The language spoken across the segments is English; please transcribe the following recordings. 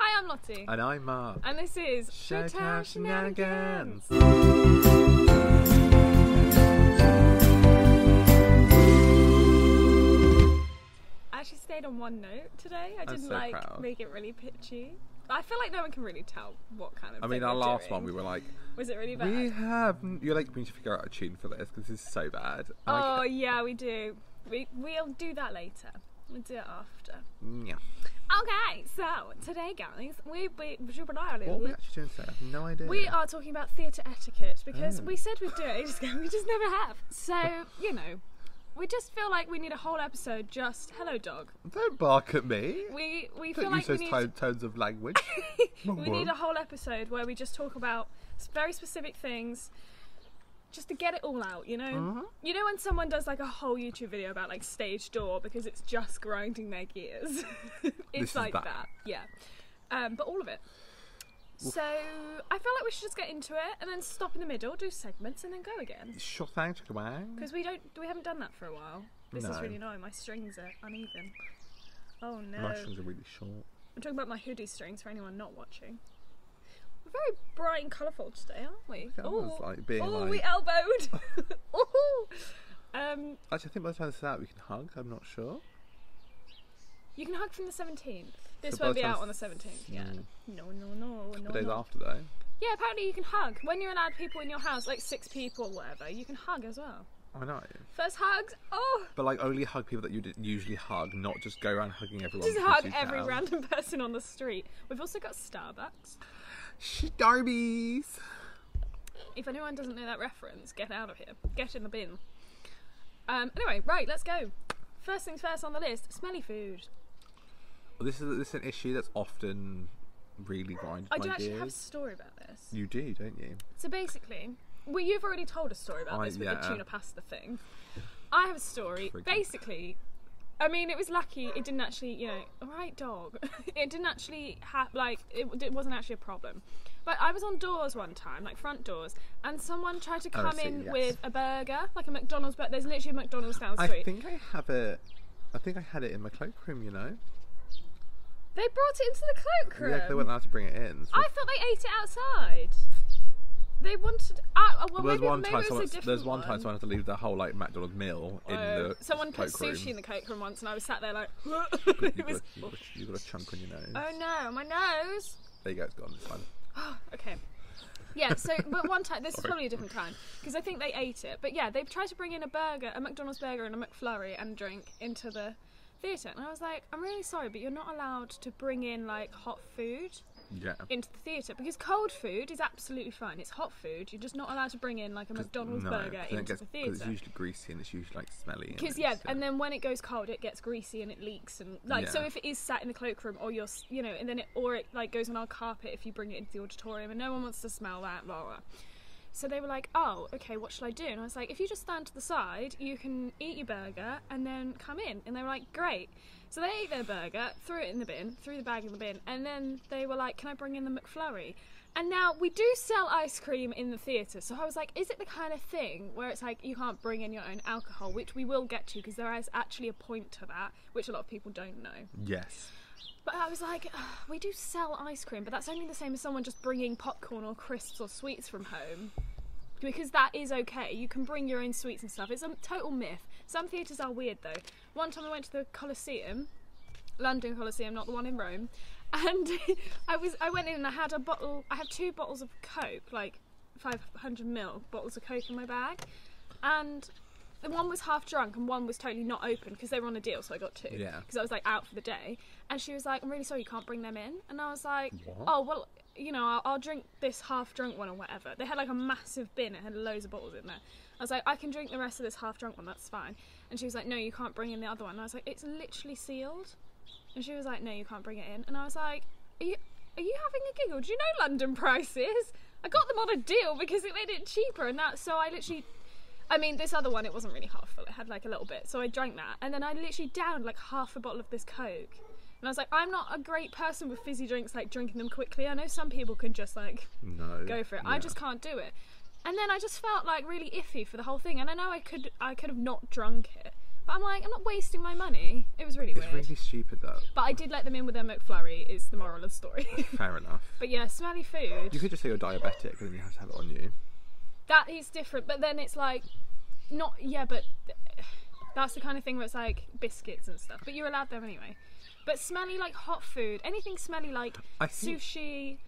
I'm Lottie. And I'm uh, Mark. and this is Showtime Showtime Shenanigans. I actually stayed on one note today. I didn't so like proud. make it really pitchy. I feel like no one can really tell what kind of. I mean, thing our we're last doing. one, we were like, was it really bad? we have. You're like, we need to figure out a tune for this because this is so bad. And I- oh yeah, we do. We we'll do that later. We'll do it after. yeah. Okay, so today, guys, we we What are we actually doing today? I have no idea. We are talking about theatre etiquette because Oh. we said we'd do it ages ago. We just never have. So you know, we just feel like we need a whole episode just hello dog. Don't bark at me. We we feel Don't like use we those need tone- tones of language. we need a whole episode where we just talk about s- very specific things, just to get it all out. You know, Mm-hmm. you know when someone does like a whole YouTube video about like stage door because it's just grinding their gears. This it's is like that. that. yeah. Um, but all of it. So I feel like we should just get into it and then stop in the middle, do segments, and then go again. Sure thing, chicka wang. Because we don't, we haven't done that for a while. This is No. really annoying. My strings are uneven. Oh no! My strings are really short. I'm talking about my hoodie strings for anyone not watching. We're very bright and colourful today, aren't we? at Ooh. us, like, being Ooh, like- we elbowed. Ooh. Um, Actually, I think by the time this is out, we can hug. I'm not sure. you can hug from the 17th. This So by won't the be out time- on the 17th. Yeah. Mm. No, no, no, no. But days no. after, though. Yeah, apparently you can hug when you're allowed people in your house, like six people or whatever. You can hug as well. I know. First hugs. Oh, But like, only hug people that you d- usually hug, not just go around hugging everyone. just because hug you every can. random person on the street. We've also got Starbucks. Darbies. If anyone doesn't know that reference, get out of here. Get in the bin. Um, anyway, right, let's go. First things first on the list: smelly food. Well, this is this is an issue that's often really grinded I my do actually have a gears. story about this. You do, don't you? So basically, well, you've already told a story about I- this with yeah. the tuna pasta thing. I have a story. Freaking- Basically, I mean, it was lucky it didn't actually, you know, all right, dog. it didn't actually have like it, w- it wasn't actually a problem. But I was on doors one time, like front doors, and someone tried to Oh, I come see, in yes. with a burger, like a McDonald's. But there's literally a McDonald's down the I street. think I have it. I think I had it in my cloakroom. You know, They brought it into the cloakroom. yeah, 'cause they weren't allowed to bring it in. So I thought they ate it outside. They wanted. Uh, well, there's maybe, one maybe it time was a someone. different There's one one time someone had to leave their whole like McDonald's meal in Oh, the someone put cloakroom. sushi in the cloakroom once, and I was sat there like, You it got, was. a, you, got a, you got a chunk on your nose. Oh no, my nose. There you go. It's gone. It's fine. Okay. Yeah, so but one time this is Sorry. probably a different time because I think they ate it. But yeah, they tried to bring in a burger, a McDonald's burger, and a McFlurry and drink into the theatre, and I was like, I'm really sorry, but you're not allowed to bring in like hot food Yeah. into the theatre because cold food is absolutely fine. It's hot food. You're just not allowed to bring in like a McDonald's no, burger 'cause then it into gets- the 'cause theatre. It's usually greasy and it's usually like smelly. and Because it's, yeah, uh, and then when it goes cold, it gets greasy and it leaks and like so. Yeah. If it is sat in the cloakroom or you're s- you know, and then it or it like goes on our carpet if you bring it into the auditorium, and no one wants to smell that. Blah blah. So they were like, "Oh, okay, what shall I do?" And I was like, "If you just stand to the side, you can eat your burger and then come in." And they were like, "Great." So they ate their burger, threw it in the bin, threw the bag in the bin, and then they were like, "Can I bring in the McFlurry?" And now we do sell ice cream in the theatre, so I was like, "Is it the kind of thing where it's like you can't bring in your own alcohol?" Which we will get to because there is actually a point to that, which a lot of people don't know. Yes. But I was like, "Ugh, we do sell ice cream, but that's only the same as someone just bringing popcorn or crisps or sweets from home. Because that is okay. You can bring your own sweets and stuff. It's a total myth. Some theatres are weird though. One time I went to the Colosseum, London Colosseum, not the one in Rome, and I was I went in and I had a bottle. I had two bottles of Coke, like 500 ml bottles of Coke in my bag, and. The one was half drunk and one was totally not open because they were on a deal, so I got two Yeah. because I was like out for the day, and she was like, "I'm really sorry, you can't bring them in." And I was like, What? "Oh well, you know, I'll, I'll drink this half-drunk one or whatever." They had like a massive bin; it had loads of bottles in there. I was like, "I can drink the rest of this half-drunk one, that's fine." And she was like, "No, you can't bring in the other one." And I was like, "It's literally sealed," and she was like, "No, you can't bring it in." And I was like, "Are you, are you having a giggle? Do you know London prices? I got them on a deal because it made it cheaper, and that so I literally." I mean, this other one, it wasn't really half full. It had like a little bit. So I drank that. And then I literally downed like half a bottle of this Coke. And I was like, I'm not a great person with fizzy drinks, like drinking them quickly. I know some people can just like No. go for it. I yeah. just can't do it. And then I just felt like really iffy for the whole thing. And I know I could I could have not drunk it, But I'm like, I'm not wasting my money. It was really It's weird. really stupid though. But I did let them in with their McFlurry. Is the moral of the story. Fair enough. but yeah, smelly You food. could just say you're diabetic, and then you have to have it on you. That is different. But then it's like, not yeah, but that's the kind of thing where it's like biscuits and stuff. But you're allowed them anyway. But smelly like hot food, anything smelly like I think- sushi.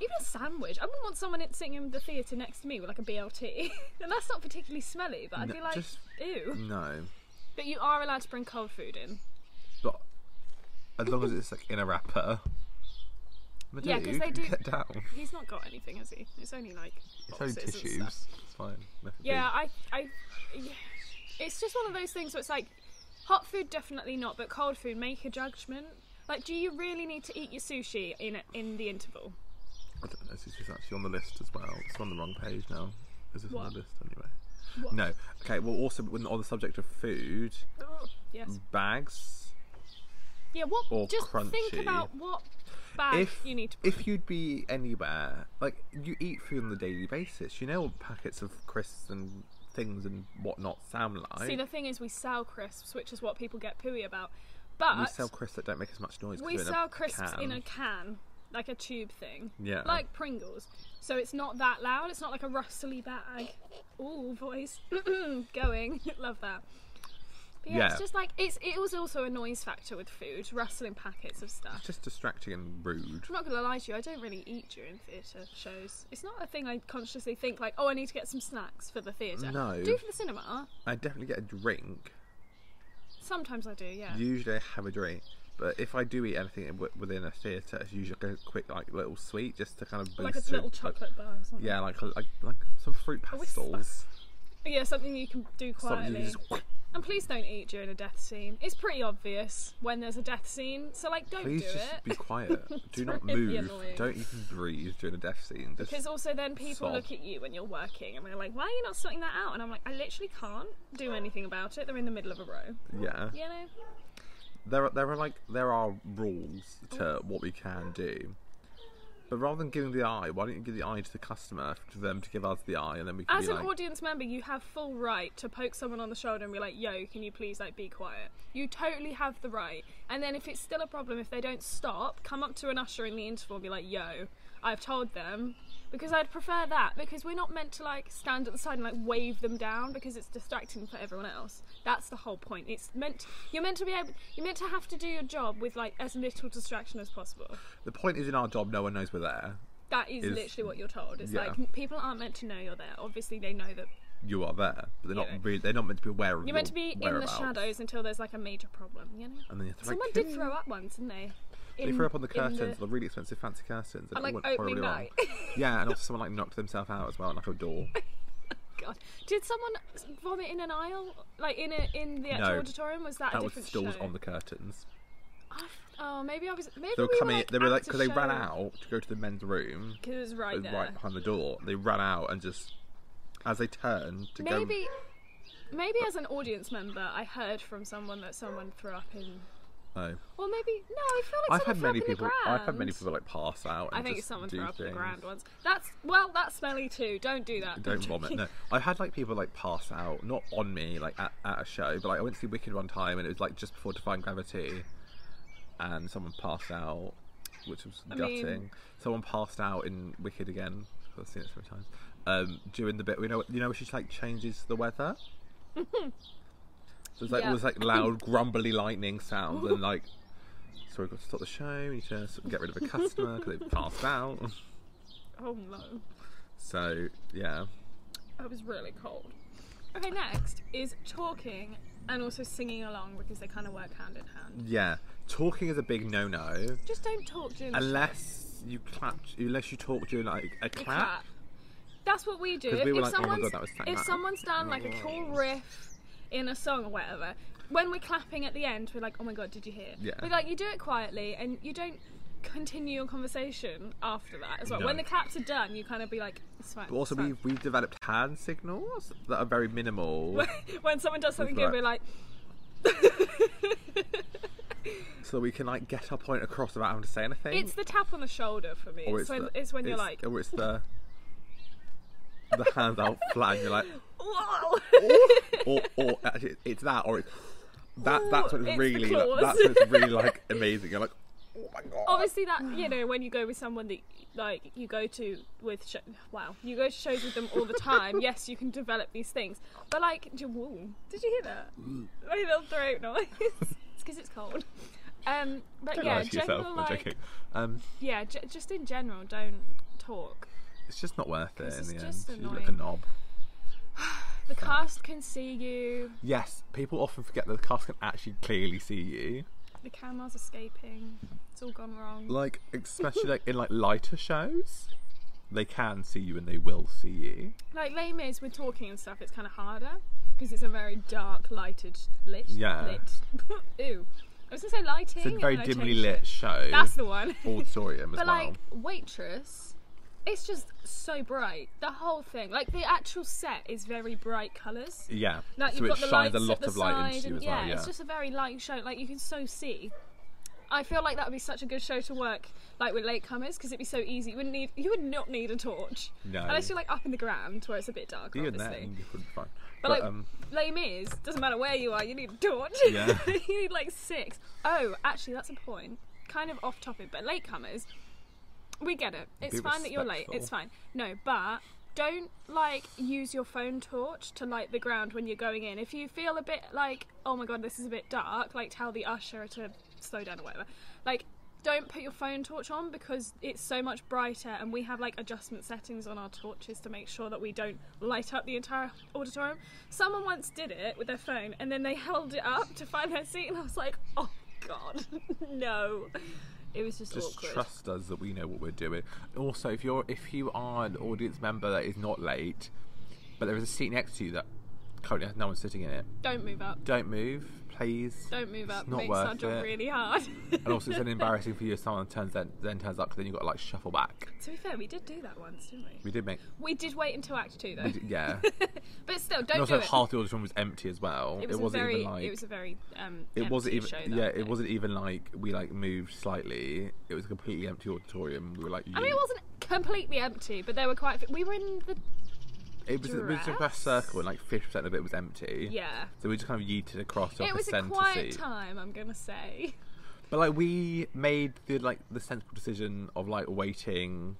Even a sandwich. I wouldn't want someone in- sitting in the theatre next to me with like a BLT. and that's not particularly smelly, but I'd No, be like, just- ew. No, But you are allowed to bring cold food in. but as long as it's like in a wrapper. But Yeah, 'cause they do- Get down. He's not got anything, has he? It's only like It's only boxes and tissues. stuff. It's fine. Nothing big. Yeah, I, I, yeah. it's just one of those things where it's like, hot food definitely not, but cold food make a judgment. Like, do you really need to eat your sushi in in the interval? I don't know, this is actually on the list as well. It's on the wrong page now. Is this on What? the list anyway? What? No. Okay, well, also when- on the subject of food, Yes. bags. Yeah. What? Mm. Or just think crunchy. about what bag If you need to. if you'd be anywhere, like you eat food on a daily basis, you know what packets of crisps and things and whatnot sound like. See, the thing is, we sell crisps, which is what people get pooey about. But we sell crisps that don't make as much noise. 'cause we they're in a sell crisps in can. a can, like a tube thing. Yeah. Like Pringles. So it's not that loud, it's not like a rustly bag. Ooh, voice. Going. Love that. But yeah, Yeah. it's just like it's it was also a noise factor with food, rustling packets of It's stuff. just distracting and rude. I'm not gonna lie to you, I don't really eat during theatre shows. It's not a thing I consciously think like, oh I need to get some snacks for the theatre. No. Do for the cinema. I definitely get a drink. Sometimes I do, yeah. Usually I have a drink, but if I do eat anything in- within a theatre, it's usually like a quick like little sweet just to kind of boost like a it. little Like- chocolate bar or something. yeah, like like like some fruit whisper. pastels. Yeah, something you can do quietly. Something you just And please don't eat during a death scene. It's pretty obvious when there's a death scene, so like don't please do just it. be quiet. do not really move. annoying. Don't even breathe during a death scene. Just Because also then people Sob. look at you when you're working and they're like, why are you not sorting that out? And I'm like, I literally can't do anything about it. They're in the middle of a row. yeah. You know? There are there are like there are rules to what we can do. But rather than giving the eye, why don't you give the eye to the customer for them to give us the eye and then we can As be an like audience member, you have full right to poke someone on the shoulder and be like, yo, can you please like be quiet? You totally have the right. And then if it's still a problem, if they don't stop, come up to an usher in the interval and be like, yo, I've told them. Because I'd prefer that because we're not meant to like stand at the side and like wave them down because it's distracting for everyone else. That's the whole point. It's meant you're meant to be able you're meant to have to do your job with like as little distraction as possible. the point is in our job no one knows we're there. That is, Is- literally what you're told. It's yeah. like people aren't meant to know you're there. Obviously they know that You are there. But they're not Yeah. really, they're not meant to be aware of You're your meant to be in the whereabouts. shadows until there's like a major problem, you know? And then you have to Someone like, did throw up once, didn't they? They In- threw up on the in curtains, the... really expensive fancy curtains. And On, it like, went opening horribly wrong. night. yeah, and also someone like knocked themselves out as well, like a door. God. Did someone vomit in an aisle? Like in a, in the actual No. auditorium? Was that, that a was different stills show? on the curtains. I- Oh, maybe I was. Maybe They were we coming. Were, like, they were at like the because they ran show. out to go to the men's room, 'Cause it was right there. right behind the door. They ran out and just as they turned to go. maybe, maybe as an audience member, I heard from someone that someone threw up in. No. Or maybe no, I feel like someone I've had threw many up in people. the ground. I've had many people like pass out. And I think just someone do threw up in things. the ground once. That's well, that's smelly too. Don't do that. Don't vomit. No, I've had like people like pass out, not on me, like at, at a show, but like I went to see Wicked one time, and it was like just before Defying Gravity, and someone passed out, which was mean- gutting. Someone passed out in Wicked again. I've seen it so many times. Um, during the bit, we know, you know, where she like changes the weather. There's like Yeah. all this like loud grumbly lightning sound, and like, so we've got to stop the show. We need to sort of get rid of a customer because they passed out. Oh no. So yeah. It was really cold. Okay, next is talking and also singing along because they kind of work hand in hand. Yeah, talking is a big no-no Just don't talk during the show. unless you clap, unless you talk during like a You clap. clap. That's what we do. 'Cause we were if like, oh my God, someone's, that was so if loud. someone's done like a cool riff in a song or whatever, when we're clapping at the end, we're like, oh my god, did you hear? Yeah. But like, you do it quietly and you don't continue your conversation after that as well. No. When the claps are done, you kind of be like, it's fine. But also, it's fine. we've we've developed hand signals that are very minimal, when someone does something We've good, we're like, so we can like get our point across without having to say anything. it's the tap on the shoulder for me. Or it's when Oh, the- it's when you're it's- like, or it's the the hands out flying. You're like, Whoa! or or actually, it's that or it's that. that's what Ooh, it's, it's the really. claws. that's what it's really like amazing. You're like, oh my god. Obviously, that you know when you go with someone that like you go to with sh- wow you go to shows with them all the time. yes, you can develop these things, but like j- woo. did you hear that? Mm. My little throat noise. it's because it's cold. Um, but Don't yeah, lie to yourself. general, I'm like, joking. Um, yeah, j- just in general, don't talk. it's just not worth it in it's the just end. You look a annoying. knob. The cast can see you. Yes, people often forget that the cast can actually clearly see you. The camera's escaping. It's all gone wrong. Like especially like in like lighter shows, they can see you and they will see you. Like Les Mis, with talking and stuff, it's kind of harder because it's a very dark, lighted, lit. Yeah. Lit. Ew. I was gonna say lighting. It's a and very then I dimly changed lit it. show. That's the one. auditorium as but well. like waitress, it's just so bright. The whole thing, like the actual set, is very bright colours. yeah, Like so you've it got the shines lights a lot at the of light side, into you and as yeah, well. Yeah, it's just a very light show. Like you can so see. I feel like that would be such a good show to work like with latecomers because it'd be so easy. You wouldn't need, you would not need a torch No. unless you're like up in the ground where it's a bit darker, even obviously. then you couldn't find. But, like, um, lame is doesn't matter where you are. You need a torch. Yeah. you need like six. Oh, actually, that's a point. Kind of off topic, but latecomers, we get it. It's Be fine that you're late. It's respectful. fine. No, but don't like use your phone torch to light the ground when you're going in. If you feel a bit like, oh my god, this is a bit dark, like tell the usher to slow down or whatever. Like. Don't put your phone torch on because it's so much brighter, and we have like adjustment settings on our torches to make sure that we don't light up the entire auditorium. Someone once did it with their phone, and then they held it up to find their seat, and I was like, oh god, no. It was just, just awkward. trust us that we know what we're doing. Also, if you're if you are an audience member that is not late, but there is a seat next to you that currently has no one sitting in it, Don't move up. don't move, please. Don't move It's up. not Makes worth our job it. really hard. And also, it's then embarrassing for you if someone turns then, then turns up because then you've got to like shuffle back. to be fair, we did do that once, didn't we? We did make, We did wait until Act Two though. yeah. but still, and don't do also, it. half the auditorium was empty as well. it was a not very. even like it was a very. Um, it wasn't empty even Show yeah that it day. wasn't even like we like moved slightly it was a completely empty auditorium we were like I mean, it "Yeet." wasn't completely empty, but there were quite. a few- We were in the it was, it was a press dress. circle and like 50% of it was empty yeah. so we just kind of yeeted across like It a was a centre quiet seat time, I'm gonna say. but like we made the like the sensible decision of like waiting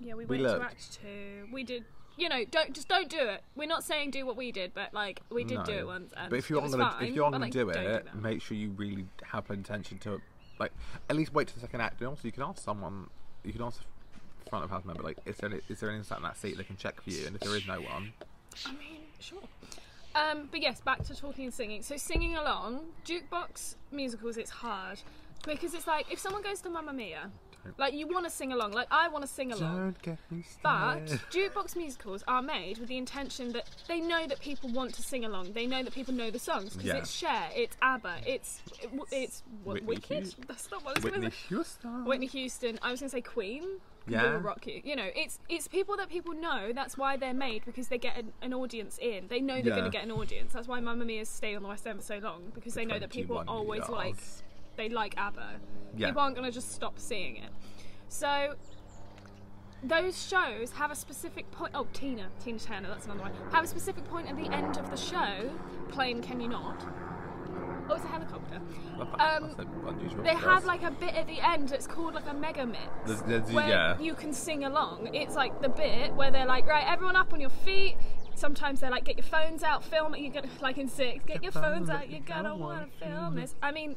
Yeah, we, We went to looked. Act Two. We did. You know, don't just don't do it. We're not saying do what we did, but like we did no. do it once. And but if you're it was gonna fine, if you're but, gonna like, do don't it that. make sure you really have plenty attention to like at least wait to the second act and also you can ask someone you can ask the front of house member like is there any, is there anyone sat in that seat that can check for you and if there is no one I mean, sure. Um, but yes, back to talking and singing. So singing along, jukebox musicals, it's hard because it's like if someone goes to Mamma Mia, like you want to sing along, like I want to sing along. don't get me But started jukebox musicals are made with the intention that they know that people want to sing along. They know that people know the songs because Yeah. it's Cher, it's ABBA, it's it's what, Whitney Wicked. Houston. That's not what I was going Whitney to say. Houston. Whitney Houston. I was going to say Queen. Yeah. Will Rock You. You know, it's it's people that people know. That's why they're made because they get an, an audience in. They know they're Yeah. going to get an audience. That's why Mamma Mia's stayed on the West End for so long because they know that people 21 always years. like they like ABBA. Yeah. People aren't going to just stop seeing it. So those shows have a specific point. Oh, Tina, Tina Turner. That's another one. Have a specific point at the end of the show playing "Can You Not." Oh, it's a helicopter. Love that. Um, That's unusual. They for have us. like a bit at the end that's called like a mega mix. There's- there's- where yeah. you can sing along. It's like the bit where they're like, right, everyone up on your feet. Sometimes they're like, get your phones out, film it. You get like in six, get your phones out. You're gonna wanna film this. I mean,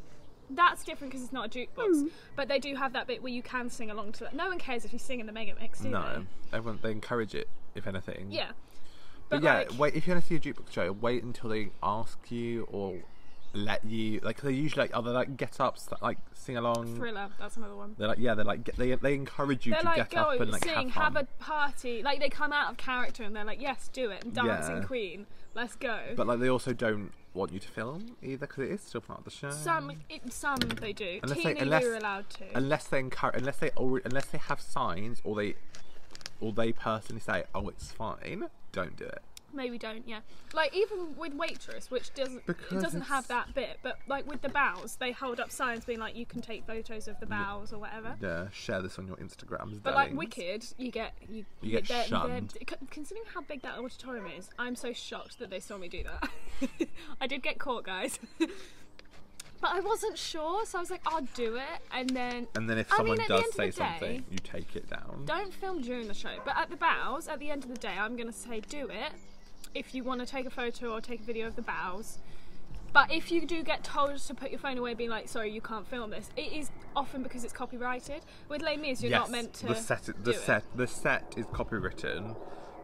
that's different because it's not a Hmm. jukebox, but they do have that bit where you can sing along to it. No one cares if you sing in the mega mix, do no, they? everyone they encourage it if anything. Yeah. but, yeah. like- wait, if you're gonna see a jukebox show, wait until they ask you or let you. Like they usually like other like get ups that like sing along. Thriller, that's another one. They're like yeah, they're like get, they they encourage you They're to like, get go up and like sing, have, have, fun. a party. Like they come out of character and they're like, yes, do it, and dancing Yeah. queen, let's go. But like they also don't want you to film either because it is still part of the show. Some, it, some they do. Unless they- Teeny, unless- we were allowed to. unless they encourage, unless they already, unless they have signs or they or they personally say, oh, it's fine. Don't do it. Maybe don't, yeah. Like even with waitress, which doesn't Because it doesn't have it's- that bit, but like with the bows, they hold up signs being like you can take photos of the bows or whatever. Yeah, share this on your Instagrams. But like darlings. Wicked, you get you, You get they're- they're- shunned. c- considering how big that auditorium is, I'm so shocked that they saw me do that. I did get caught, guys. but I wasn't sure, so I was like, I'll do it, and then And then if I someone mean, at the does end of say the day- something, you take it down. don't film during the show. But at the bows, at the end of the day, I'm gonna say do it if you want to take a photo or take a video of the bows. But if you do get told to put your phone away, being like, sorry, you can't film this, it is often because it's copyrighted. With Les Mis, you're yes, not meant to. the set, do the it. set, the set is copywritten,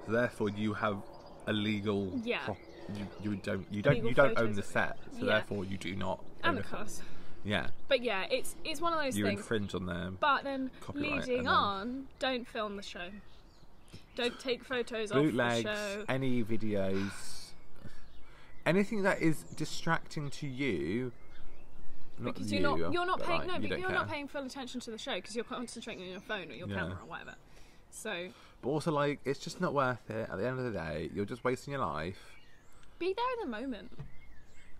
so therefore you have a legal. Yeah. pro- you, you don't you don't Legal you don't own photos the of it. set, so Yeah. therefore you do not. own And the the- cost. Yeah, But yeah, it's it's one of those you things. infringe on them. but then Copyright and leading then- on, don't film the show. Don't take photos of bootlegs, the show. any videos, anything that is distracting to you. Not Because you, you're not you're not but, paying like, no, you but don't you're not care. paying full attention to the show because you're concentrating on your phone or your Yeah. camera or whatever. So But also, like, it's just not worth it. At the end of the day, you're just wasting your life. be there in the moment.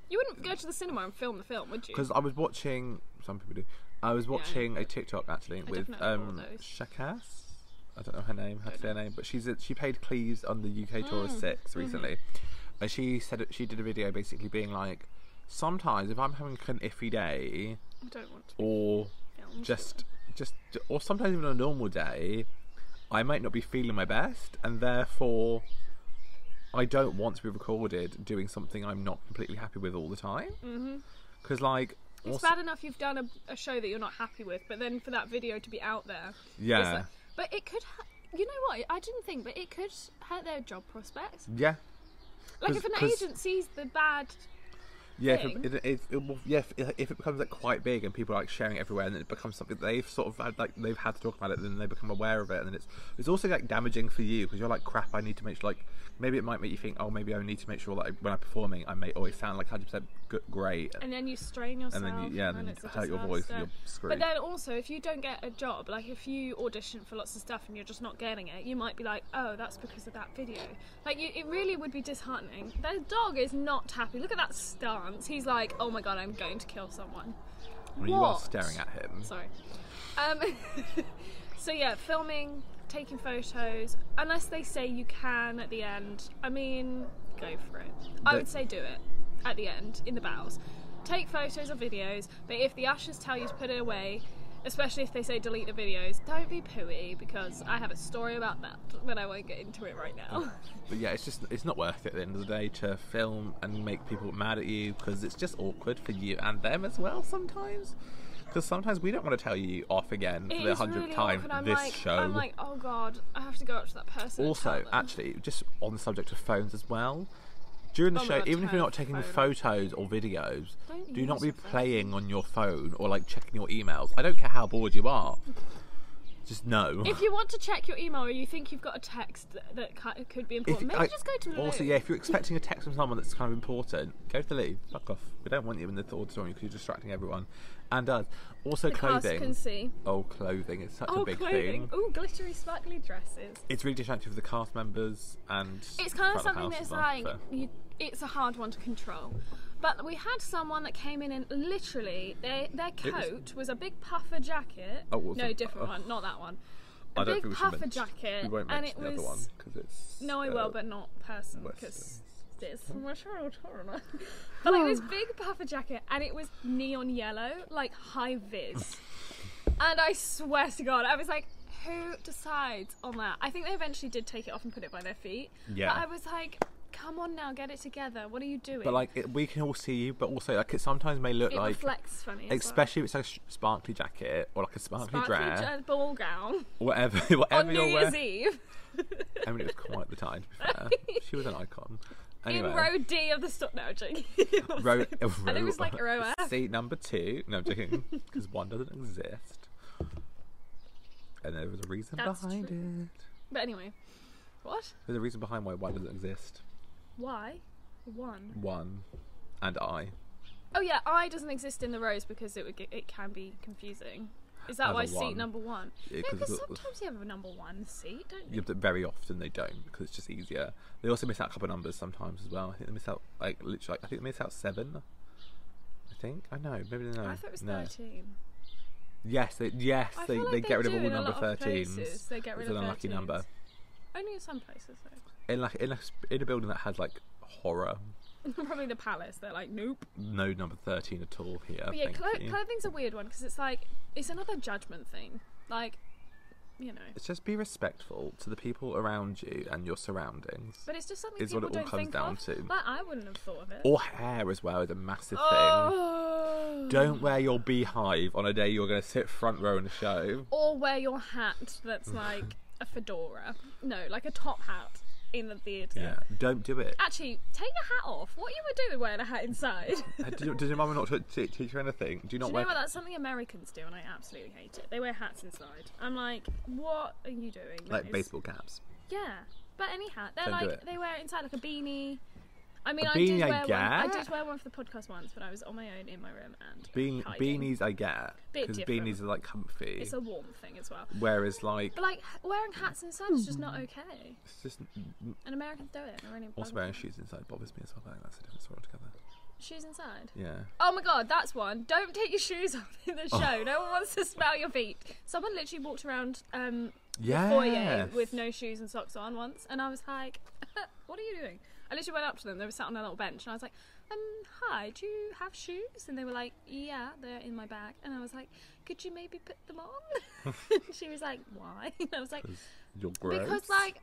You wouldn't go to the cinema and film the film, would you? Because I was watching, some people do. I was watching a TikTok actually with definitely um, bought those. Shakas. I don't know her name, how to say her name, but she's a, she played Cleves on the UK Tour of Six recently, and she said she did a video basically being like, sometimes if I'm having an iffy day, I don't want to be or filmed. just just or sometimes even on a normal day i might not be feeling my best and therefore i don't want to be recorded doing something i'm not completely happy with all the time because like Mm-hmm. It's also- bad enough you've done a, a show that you're not happy with, but then for that video to be out there, it's yeah like- but it could, ha- you know what? I didn't think, but it could hurt their job prospects. yeah Like 'Cause- if an 'cause- agent sees the bad, yeah, if it, thing. it, it, it will- yeah, if, if it becomes like quite big and people are like sharing it everywhere, and it becomes something they've sort of had, like they've had to talk about it, then they become aware of it, and then it's it's also like damaging for you because you're like, crap, I need to make sure like maybe it might make you think, oh, maybe I need to make sure that I, when I'm performing, I may always sound like 100 percent great. and then you strain yourself, And then you- yeah, then it's a you hurt your voice disaster. and you're But screwed. then also, if you don't get a job, like if you audition for lots of stuff and you're just not getting it, you might be like, oh, that's because of that video. Like you, it really would be disheartening. Their dog is not happy. Look at that stance. He's like, oh my god, I'm going to kill someone. When you are What? staring at him. Sorry. Um, so yeah, filming, taking photos. Unless they say you can at the end, I mean, go for it. I But- would say do it at the end in the bows. Take photos or videos, but if the ushers tell you to put it away, especially if they say delete the videos, don't be pooey because I have a story about that, but I won't get into it right now. But yeah, it's just it's not worth it at the end of the day to film and make people mad at you because it's just awkward for you and them as well sometimes. Because sometimes we don't want to tell you off again It for the is hundredth really time awkward. I'm this like, show. I'm like, oh god, I have to go up to that person. and tell also, them. actually, just on the subject of phones as well. During the Oh my show, God, even if you're turn not taking the phone photos or videos, Don't do not use be your phone. playing on your phone or like checking your emails. I don't care how bored you are. Just no. If you want to check your email or you think you've got a text that, that ca- could be If- important, maybe I- just go to the Also, loo. yeah, if you're expecting a text from someone that's kind of important, go to the loo. Fuck off. We don't want you in the auditorium because you're distracting everyone. And us. Also, the cast clothing. can see. Oh, clothing is such Oh, a big clothing. thing. Oh, glittery, sparkly dresses. It's really distracting for the cast members and. It's kind of front something house as that's well, like so- you, it's a hard one to control. But we had someone that came in and literally their their was- coat was, a big puffer jacket. Oh, was no, it? different Oh. one, not that one. A I don't big think we should puffer mention- jacket, We won't and mention it the was other one because it's. No, I uh, will, but not person because Western. this. But like this big puffer jacket, and it was neon yellow, like high vis. and I swear to God, I was like, who decides on that? I think they eventually did take it off and put it by their feet. Yeah. But I was like, come on now, get it together. What are you doing? But like, it, we can all see you, but also, like, it sometimes may look it like. reflects funny. as well. Especially if it's like a sh- sparkly jacket or like a sparkly, Sparkly dress, j- ball gown whatever, whatever on New you're Year's wearing. Eve I mean, it was quite the time, to be fair. she was an icon. Anyway, in row D of the stop. No, I'm joking. row, I think it was like row F. seat number two. No, I'm joking, because one doesn't exist, and there was a reason That's behind true. it. But anyway, what? There's a reason behind why one doesn't exist. Why? One. One, and I. Oh yeah, I doesn't exist in the rows because it would get, it can be confusing. Is that as why a seat one. number one? Yeah, No, 'cause because it's- sometimes you have a number one seat, don't Yeah, you? but very often they don't because it's just easier. They also miss out a couple of numbers sometimes as well. I think they miss out like literally. Like, I think they miss out seven. I think I know. Maybe they know. I thought it was no. thirteen. Yes, they, yes, I they, feel like they they get rid of do all in a number lot of thirteens. places. They get rid it's of an unlucky 13s. number. Only in some places though. In like in a, sp- in a building that had like horror, Probably the palace. They're like, nope. no number thirteen at all here. But yeah, thank cl- you. clothing's a weird one because it's like it's another judgment thing. Like, you know. It's just be respectful to the people around you and your surroundings. But it's just something It's what people it all don't comes think down of. to. Like, I wouldn't have thought of it. or hair as well is a massive thing. oh. Don't wear your beehive on a day you're going to sit front row in a show. Or wear your hat that's like a fedora. No, like a top hat in the theatre. Yeah, don't do it. Actually, take your hat off. What you were doing wearing a hat inside? Uh, Did, your- did your mum not t- t- teach you anything? Do you not Do you wear? know what? That's something Americans do, and I absolutely hate it. They wear hats inside. I'm like, what are you doing? That like is- baseball caps. Yeah, but any hat. They're Don't do like it. they wear it inside like a beanie. I mean, A I beanie did I wear one. I get. did wear one for the podcast once, but I was on my own in my room and Bean- hiding. beanies, I get Bit because different. beanies are like comfy, It's a warm thing as well. whereas like But like h- wearing hats inside is just not okay. it's just And Americans do it. and I really also bug wearing me. shoes inside bothers me as well. Like, that's a different story altogether. shoes inside. Yeah. Oh my god, that's one. Don't take your shoes off in the show. No one wants to smell your feet. Someone literally walked around um, Yeah. foyer with no shoes and socks on once, and I was like, "What are you doing?" I literally went up to them. They were sat on a little bench, and I was like, "Um, hi. Do you have shoes?" And they were like, "Yeah, they're in my bag." And I was like, "Could you maybe put them on?" And she was like, "Why?" And I was like, You're gross. "Because like."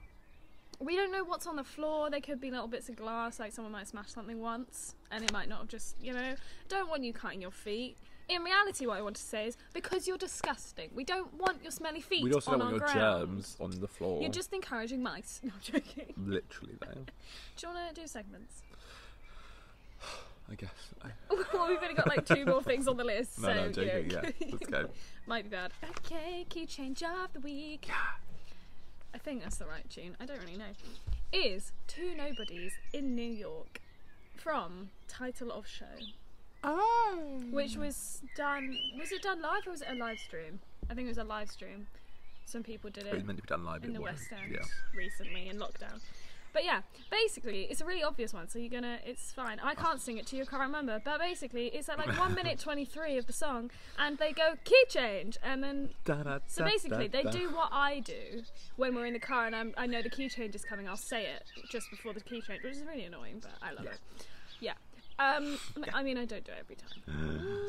We don't know what's on the floor. There could be little bits of glass. Like someone might smash something once, and it might not have just, you know. Don't want you cutting your feet. In reality, what I want to say is because you're disgusting. We don't want your smelly feet. we also on don't want our your ground. germs on the floor. You're just encouraging mice. No, I'm joking. literally though. Do you want to do segments? I guess. I- well, we've only got like two more things on the list, No, so no, I'm you know, joking. Yeah, let's go. might be bad. Okay, key change of the week. I think that's the right tune. I don't really know. Is Two Nobodies in New York from title of show, Oh. which was done. Was it done live or was it a live stream? I think it was a live stream. Some people did it. It was meant to be done live. but in it the wasn't. West End Yeah. recently in lockdown. But yeah, basically, it's a really obvious one, so you're gonna, it's fine. I can't sing it to you, I can't remember, but basically, it's at like 1 minute 23 of the song, and they go key change, and then, Da, da, so da, basically, they da, da. do what I do when we're in the car and I'm, I know the key change is coming, I'll say it just before the key change, which is really annoying, but I love Yeah. it. Yeah. Um, I mean, I don't do it every time.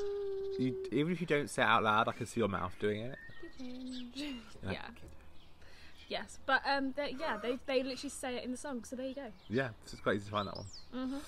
You, even if you don't say it out loud, I can see your mouth doing it. Key change. You're like, yeah. Yes, but um, they, yeah, they, they literally say it in the song, so there you go. Yeah, so it's quite easy to find that one.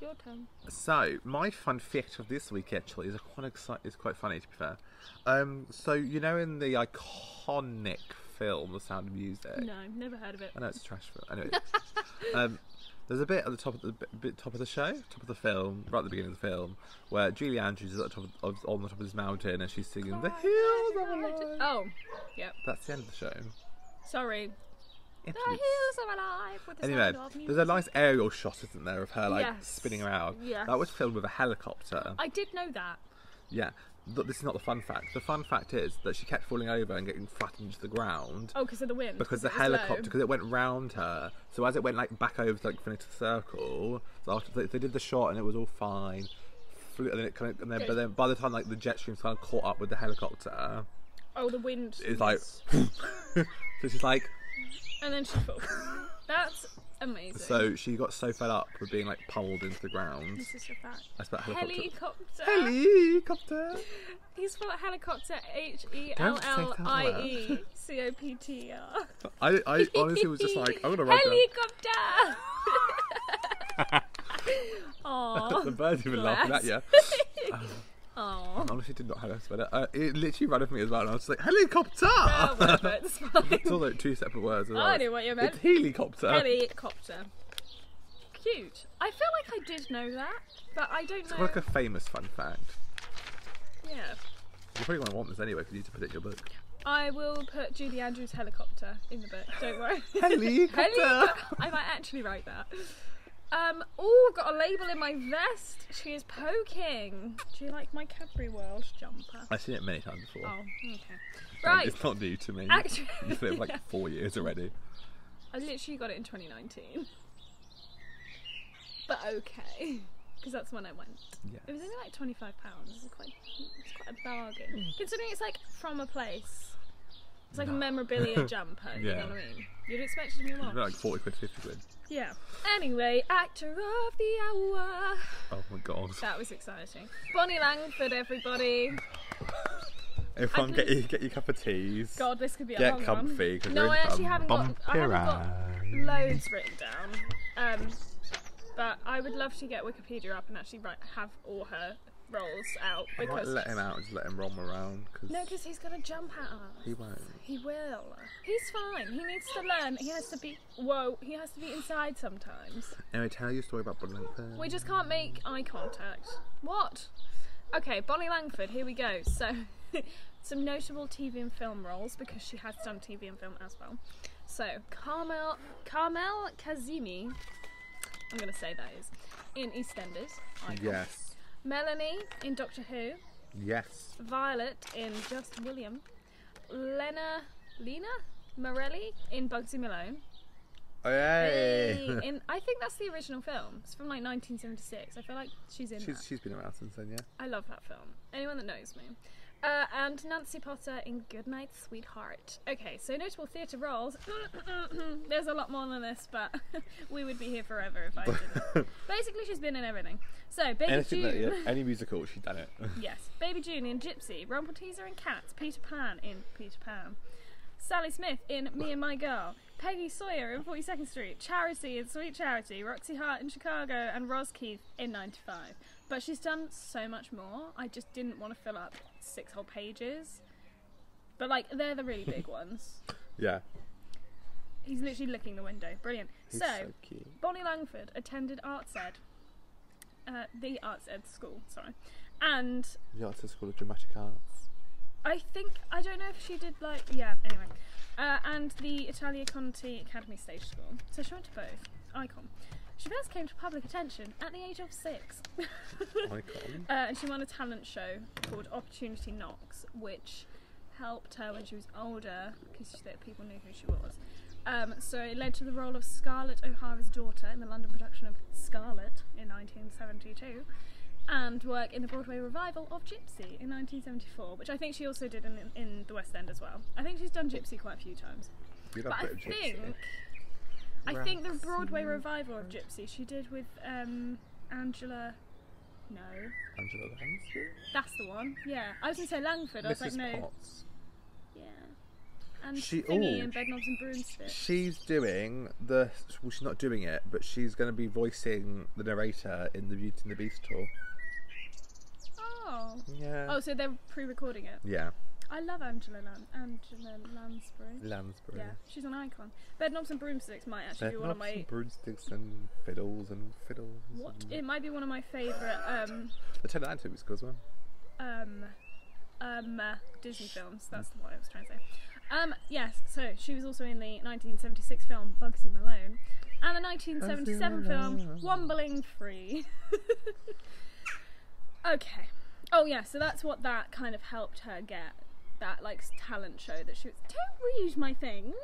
Your turn. So my fun fact of this week actually is quite exci- is quite funny to be fair. Um, so you know in the iconic film The Sound of Music, No, never heard of it. I know it's a trash film. Anyway, um, there's a bit at the top of the bit, top of the show, top of the film, right at the beginning of the film, where Julie Andrews is at the top of, of, on the top of this mountain and she's singing the hills are alive. Oh, yeah. That's the end of the show. Sorry. The Interludes. hills are alive with the Anyway, sound of there's music. a nice aerial shot, isn't there, of her like Yes. spinning around? Yes. That was filmed with a helicopter. I did know that. Yeah. Th- This is not the fun fact. The fun fact is that she kept falling over and getting flattened to the ground Oh, because of the wind. because the it was low. helicopter, because it went round her. So as it went like back over to like finish the circle, so after they, they did the shot and it was all fine. Flew, and then it kind of, and then, but then by the time like the jet streams kind of caught up with the helicopter, Oh, the wind. it's like so she's like And then she falls. That's amazing. so she got so fed up with being like pummeled into the ground. This is a fact. That's about Helicopter. helicopter. Helicopter. He's spelled helicopter. H e l l i e c o p t E r. I, I honestly was just like I'm gonna write that. Helicopter. The Aww. birds even laughing at Bless. you. Aww. Honestly, did not have a sweater. Uh, it literally ran off me as well, and I was just like, helicopter! Oh, whatever, it's fine. it's all like two separate words. as well. I knew what you meant. It's helicopter. helicopter. Cute. I feel like I did know that, but I don't It's know. like a famous fun fact. yeah. You're probably going to want this anyway because you need to put it in your book. I will put Julie Andrews helicopter in the book. Don't worry. Helicopter! Helico- I might actually write that. Um, oh, got a label in my vest. She is poking. Do you like my Cadbury World jumper? I've seen it many times before. Oh, okay. Um, Right. It's not new to me. Actually, You've lived like yeah. four years already. I literally got it in 2019. But okay, because that's when I went. Yeah. It was only like 25 pounds. It's quite, it's quite a bargain considering it's like from a place. It's like a No. memorabilia jumper. You Yeah. know what I mean? You'd expect it to be more. They're like 40 quid, 50 quid. Yeah. Anyway, actor of the hour. Oh my god. That was exciting. Bonnie Langford, everybody. Everyone, I get, can- your, get your cup of teas. God, this could be a Get long comfy. 'cause one. No, we're I in actually some haven't got, I bumpy haven't ride. got loads written down. Um, but I would love to get Wikipedia up and actually write, have all her roles out I might because let him out and just let him roam around because no, because he's gonna jump at us. he won't. He will. He's fine. He needs to learn. He has to be. Whoa. He has to be inside sometimes. Anyway, tell your story about Bonnie Langford. We just can't make eye contact. What? Okay, Bonnie Langford, here we go. So, some notable TV and film roles because she has done TV and film as well. So, Carmel Carmel Kazemi, I'm going to say that is, in EastEnders. Icon. Yes. Melanie in Doctor Who. Yes. Violet in Just William. Lena Lena Morelli in Bugsy Malone. Hey. In, I think that's the original film. It's from like 1976. I feel like she's in that. she's, she's been around since then, yeah. I love that film. Anyone that knows me. Uh, and Nancy Potter in Goodnight Sweetheart. Okay, so notable theatre roles. There's a lot more than this, but we would be here forever if I didn't. Basically, she's been in everything. So, Baby Anything June. that, yeah, any musical, she's done it. Yes, Baby June in Gypsy, Rumpelteazer and Cats, Peter Pan in Peter Pan, Sally Smith in Me and My Girl, Peggy Sawyer in 42nd Street, Charity in Sweet Charity, Roxy Hart in Chicago, and Ros Keith in 95. But she's done so much more, I just didn't want to fill up six whole pages. But like, they're the really big ones. yeah. He's literally licking the window. Brilliant. He's so, so, cute. Bonnie Langford attended Arts Ed, uh, the Arts Ed school, sorry, and The Arts School of Dramatic Arts. I think I don't know if she did like yeah. Anyway, uh, and the Italia Conti Academy Stage School. So she went to both. Icon. She first came to public attention at the age of six, uh, Icon. and she won a talent show called Opportunity Knocks, which helped her when she was older because people knew who she was. Um, so it led to the role of Scarlett O'Hara's daughter in the London production of Scarlet in 1972 and work in the Broadway revival of Gypsy in 1974, which I think she also did in, in the West End as well. I think she's done Gypsy quite a few times. You But love I British think Gypsy. I think the Broadway revival of Gypsy she did with um, Angela. No, Angela Lansbury? that's the one. Yeah, I was gonna say Langford. I was Mrs. like, no. Potts. Yeah. And She- Thingy oh. and Bedknobs and Broomsticks. She's doing the. Well, she's not doing it, but she's going to be voicing the narrator in the Beauty and the Beast tour. Oh. Yeah. Oh, so they're pre-recording it. Yeah. I love Angela Lan- Angela Lansbury. Lansbury. Yeah, she's an icon. Bedknobs and Broomsticks might actually be one of Bedknobs my and broomsticks and fiddles and fiddles. What? and- It might be one of my favourite um, The Ted Lasso musical as well. um, um, uh, Disney films. That's what I was trying to say. Um, yes, so she was also in the 1976 film Bugsy Malone and the 1977 film Bugsy Malone. Wombling Free. okay. Oh, yeah, so that's what that kind of helped her get. That, like, s- talent show that she was. Don't read my things!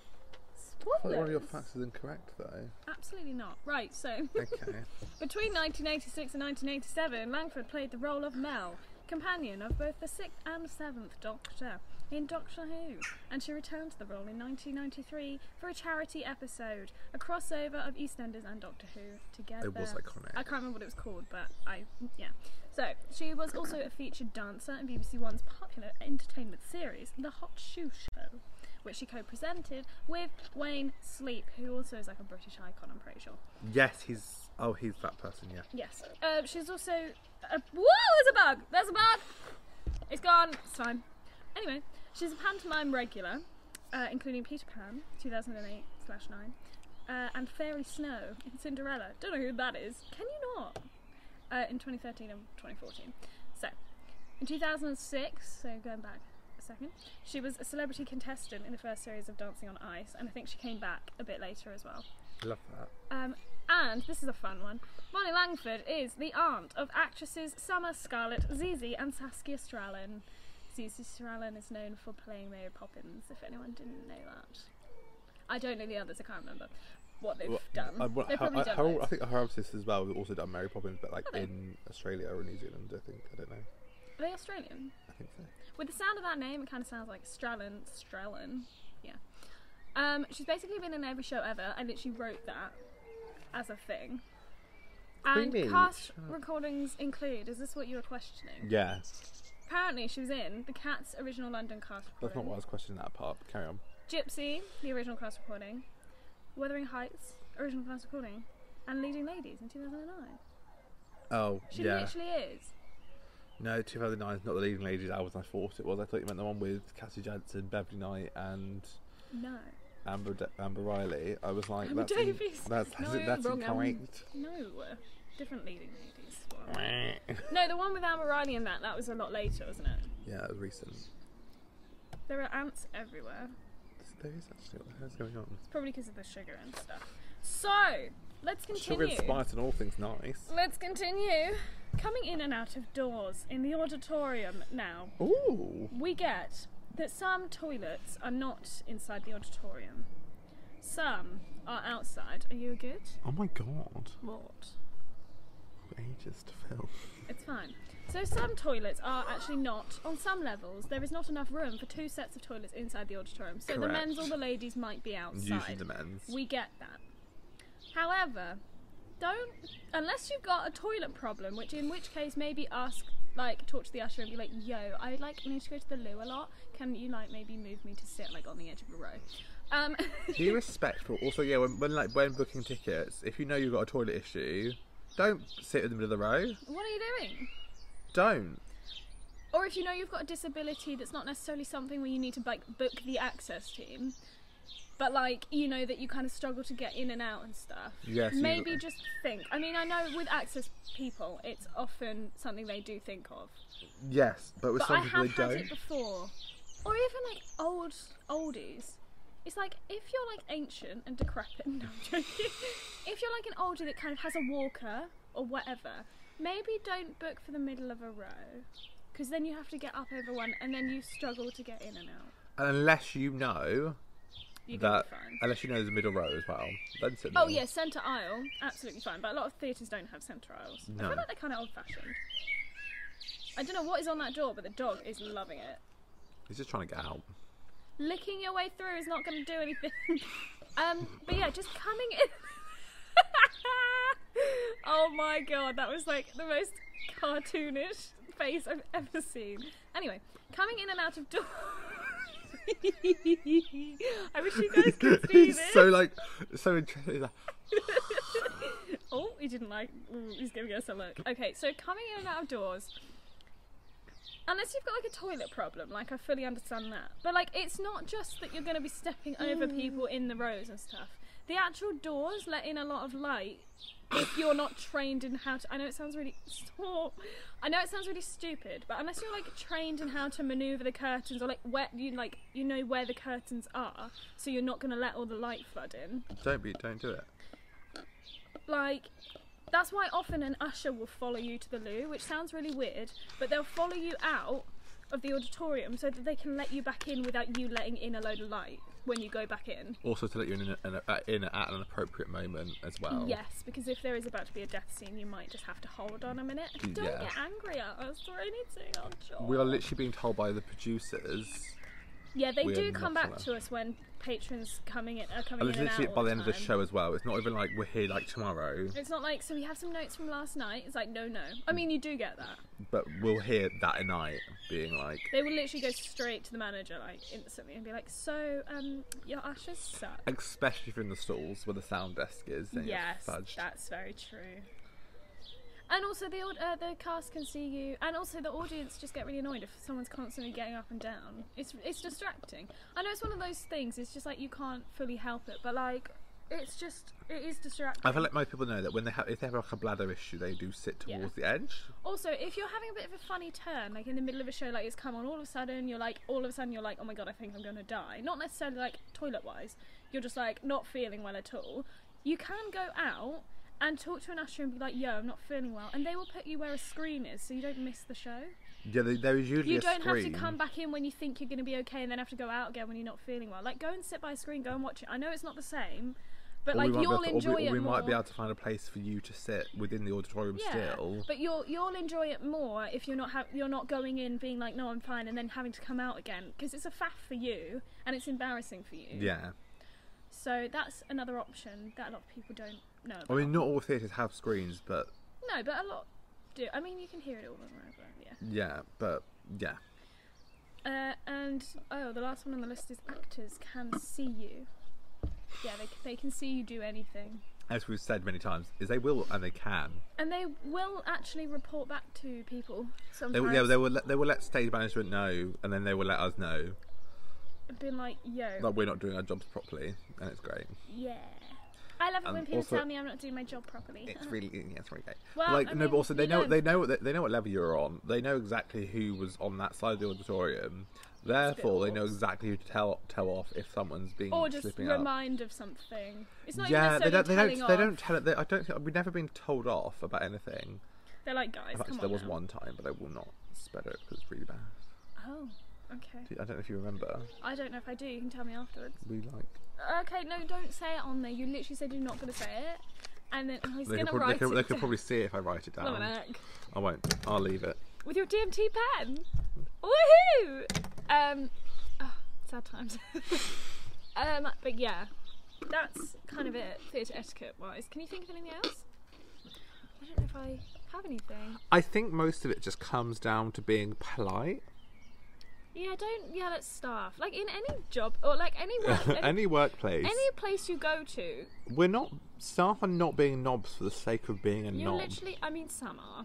I thought one of your Spoilers. facts is incorrect though. Absolutely not. Right, so. Okay. Between 1986 and 1987, Langford played the role of Mel, companion of both the sixth and seventh Doctor in Doctor Who, and she returned to the role in 1993 for a charity episode, a crossover of EastEnders and Doctor Who together. It was iconic. I can't remember what it was called, but I yeah. So she was also a featured dancer in BBC One's popular entertainment series, The Hot Shoe Show, which she co-presented with Wayne Sleep, who also is like a British icon, I'm pretty sure. yes, he's. Oh, he's that person. Yeah. Yes. Uh, she's also. A, whoa! There's a bug. There's a bug. It's gone. It's fine. Anyway, she's a pantomime regular, uh, including Peter Pan, 2008 slash nine, uh, and Fairy Snow in Cinderella. Don't know who that is. Can you not? Uh, in 2013 and 2014. So, in 2006, so going back a second, she was a celebrity contestant in the first series of Dancing on Ice, and I think she came back a bit later as well. Love that. Um, and this is a fun one. Bonnie Langford is the aunt of actresses Summer Scarlett, Zizi, and Saskia Stralin. Zizi Stralin is known for playing Mary Poppins. If anyone didn't know that, I don't know the others. I can't remember what they've Well, done. I, well, they've her, probably I, done. her- loads. I think her sisters as well have also done Mary Poppins, but like Have they? in Australia or New Zealand, I think. I don't know. Are they Australian? I think so. With the sound of that name, it kind of sounds like Stralin. Stralin. Yeah. Um, she's basically been in every show ever. I literally wrote that as a thing. And Really? cast Shut up. recordings include. Is this what you were questioning? Yeah, Apparently, she was in the Cats original London cast that's not recording. what I was questioning that part. Carry on. Gypsy, the original cast recording. Wuthering Heights, original cast recording. And Leading Ladies in 2009. Oh, She yeah. literally is. No, 2009 is not the leading ladies album I thought it was. I thought you meant the one with Cassie Jansen, Beverly Knight, and No. Amber De- Amber Riley. I was like, Emma that's, in- Davies. that's, that's, No, that's wrong Emma. incorrect. No. Different Leading Ladies. one. No, the one with Amber Riley in that, that was a lot later, wasn't it? yeah, that was recent. There are ants everywhere. There is actually what the hell's going on. It's probably because of the sugar and stuff. So, let's Sugar continue. and spice and all things nice. Let's continue. Coming in and out of doors in the auditorium now. Ooh. we get that some toilets are not inside the auditorium. Some are outside. Are you good? Oh my god. What? Ages to fill. It's fine. So some toilets are actually not. On some levels, there is not enough room for two sets of toilets inside the auditorium. So the Correct. men's or the ladies might be Usually outside. the men's. We get that. However, don't unless you've got a toilet problem, which in which case maybe ask like talk to the usher and be like, "Yo, I like need to go to the loo a lot. Can you like maybe move me to sit like on the edge of a row?" Um, Be respectful. Also, yeah, when, when like when booking tickets, if you know you've got a toilet issue, don't sit in the middle of the row. what are you doing? Don't. Or if you know you've got a disability that's not necessarily something where you need to like book the access team, but like you know that you kind of struggle to get in and out and stuff. Yes. you- Maybe just think. I mean, I know with access people, it's often something they do think of. Yes, but with but some I people have they had don't. it before. Or even like old oldies. It's like if you're like ancient and decrepit, no I'm joking. if you're like an oldie that kind of has a walker or whatever, maybe don't book for the middle of a row. Because then you have to get up over one and then you struggle to get in and out. And unless you know You're gonna that, be fine. unless you know the middle row as well, then sit. in the Oh middle. yeah, centre aisle, absolutely fine. But a lot of theatres don't have centre aisles. I No. feel like they're kind of old-fashioned. I don't know what is on that door, but the dog is loving it. He's just trying to get out. licking your way through is not going to do anything. um, but yeah, just coming in. oh my god, that was like the most cartoonish face I've ever seen. Anyway, coming in and out of doors. I wish you guys could see He's this. so like so interested. He's like, oh, he didn't like. ooh, He's giving us a look. Okay, so coming in and out of doors. Unless you've got like a toilet problem, like I fully understand that. But like, it's not just that you're going to be stepping over people in the rows and stuff. The actual doors let in a lot of light if you're not trained in how to. I know it sounds really. Stop. I know it sounds really stupid, but unless you're like trained in how to maneuver the curtains or like where you like you know where the curtains are, so you're not going to let all the light flood in don't be, don't do it. like that's why often an usher will follow you to the loo which sounds really weird but they'll follow you out of the auditorium so that they can let you back in without you letting in a load of light when you go back in Also, to let you in, an, an, uh, in at an appropriate moment as well. yes because if there is about to be a death scene you might just have to hold on a minute don't Mm, Yeah. get angry at us or anything oh, John. We are literally being told by the producers, yeah they we are do come not back to us when patrons coming in are coming in and it's and out literally all by the end of the time. show as well. It's not even like we're here like tomorrow, it's not like so we have some notes from last night it's like no no i mean you do get that but we'll hear that night being like, They will literally go straight to the manager, like instantly, and be like, "So, um, your ashes suck." especially from the stalls where the sound desk is. then it's yes, fudged. that's very true. And also, the aud- uh, the cast can see you, and also the audience just get really annoyed if someone's constantly getting up and down. It's it's distracting. I know it's one of those things. It's just like you can't fully help it, but like, it's just it is distracting. I feel like most people know that when they have, if they have like a bladder issue, they do sit Yeah. towards the edge. Also, if you're having a bit of a funny turn, like in the middle of a show, like it's come on, all of a sudden you're like, all of a sudden you're like, oh my god, I think I'm gonna die. Not necessarily like toilet wise, you're just like not feeling well at all. you can go out and talk to an usher and be like, "Yo, I'm not feeling well," and they will put you where a screen is, so you don't miss the show. Yeah, there- there is usually You a don't have to screen. come back in when you think you're going to be okay, and then have to go out again when you're not feeling well. Like, go and sit by a screen, go and watch it. I know it's not the same, but Or like we might be you'll able to- or enjoy we, or it we more. might be able to find a place for you to sit within the auditorium yeah, still. but you'll you'll enjoy it more if you're not ha- you're not going in being like, "No, I'm fine," and then having to come out again because it's a faff for you and it's embarrassing for you. Yeah. So that's another option that a lot of people don't know. I About. mean, not all theatres have screens, but no, but a lot do. I mean, you can hear it all over. Yeah. yeah, but yeah. Uh, and oh, the last one on the list is actors can see you. Yeah, they, c- they can see you do anything, As we've said many times, is they will and they can. and they will actually report back to people They, sometimes. will- yeah, they will. Let, they will let stage management know, and then they will let us know been like, yo, that we're not doing our jobs properly, and it's great. yeah. I love it Um, when people also- tell me I'm not doing my job properly. It's really, yeah, it's really great. Well, like I no, mean, but also they you know, know- they know they know what level you're on. They know exactly who was on that side of the auditorium. Therefore, they know awkward. exactly who to tell tell off if someone's being or just slipping up. remind of something. It's not yeah, even they necessarily don't. They don't. telling They off. don't tell it. They, I don't. think- We've never been told off about anything. They're like, guys, In fact, come there on was now." one time, but I will not spread it because it's really bad. Oh, okay. I don't know if you remember. I don't know if I do. You can tell me afterwards. We like Okay, no, don't say it on there. You literally said you're not going to say it, and then oh, he's they going could, to prob- they, write could, they it. could probably see it if I write it down. down. I won't. I'll leave it. with your DMT pen. Woohoo! Um, oh, sad times. um, but yeah, that's kind of it theatre etiquette wise. Can you think of anything else? I don't know if I have anything. I think most of it just comes down to being polite. Yeah, don't yell at staff. Like in any job or like any work, any, Any workplace, any place you go to, we're not staff are not being knobs for the sake of being a you're knob. literally. I mean, some are.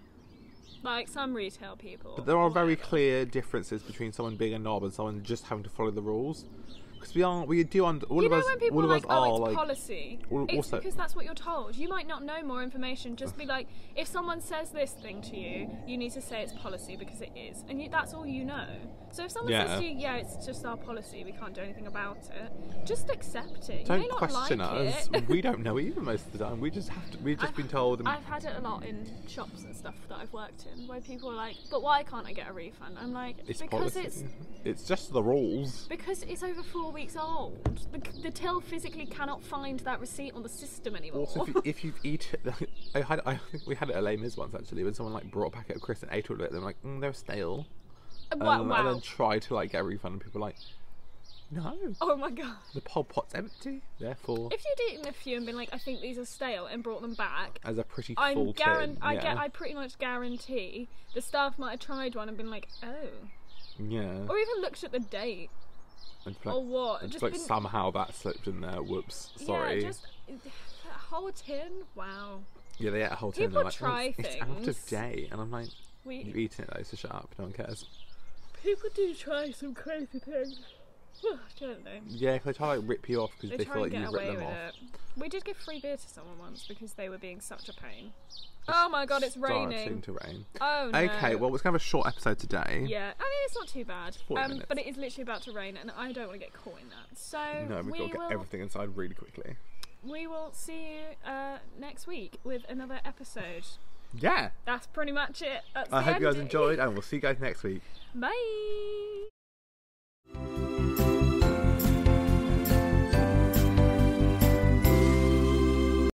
Like some retail people. There are very clear differences between someone being a knob and someone just having to follow the rules. Because we are, we do under all you of know us, when people are all of like, us "Oh, are it's like. policy," all- it's also- because that's what you're told. You might not know more information. Just be like, if someone says this thing to you, you need to say it's policy because it is, and you, that's all you know. So if someone Yeah. says to you, "Yeah, it's just our policy. We can't do anything about it," just accept it. you may don't not question like us. It. we don't know either most of the time. We just have to. We've just I've- been told. And I've had it a lot in shops and stuff that I've worked in, where people are like, "But why can't I get a refund?" I'm like, it's "Because policy. it's it's just the rules. Because it's over four weeks old. The, the till physically cannot find that receipt on the system anymore. Also, if, you, if you've eaten, I had, I think we had it at Les Mis once actually, when someone like brought a packet of crisps and ate all of it. They were like, mm, they're stale, Um, and, wow. then- wow. and then tried to like get a refund, and people were like, no, oh my god. the Pol Pot's empty. Therefore, If you'd eaten a few and been like, I think these are stale, and brought them back, as a pretty I'm full guaran- tin, I yeah, get. I pretty much guarantee the staff might have tried one and been like, oh, yeah, or even looked at the date. and just like, Oh, or what, and just like been- somehow that slipped in there. Whoops, sorry. Yeah, just that whole tin. Wow. Yeah, they ate a whole tin. and People they're try like, "Oh, it's, it's out of things." date, and I'm like, you've We eaten it though, so shut up. No one cares. people do try some crazy things. don't they? Yeah, 'cause they try to like rip you off because They they, try feel and like get you've away ripped with them off. it. We did give free beer to someone once because they were being such a pain. Oh my god, it's Starting raining. to rain. Oh no. Okay, well, it's kind of a short episode today. Yeah, I mean it's not too bad. 40 Um, minutes. but it is literally about to rain, and I don't want to get caught in that. So No, we've we got to get will everything inside really quickly. we will see you uh, next week with another episode. Yeah. That's pretty much it. That's I the hope you guys end. enjoyed, and we'll see you guys next week. Bye.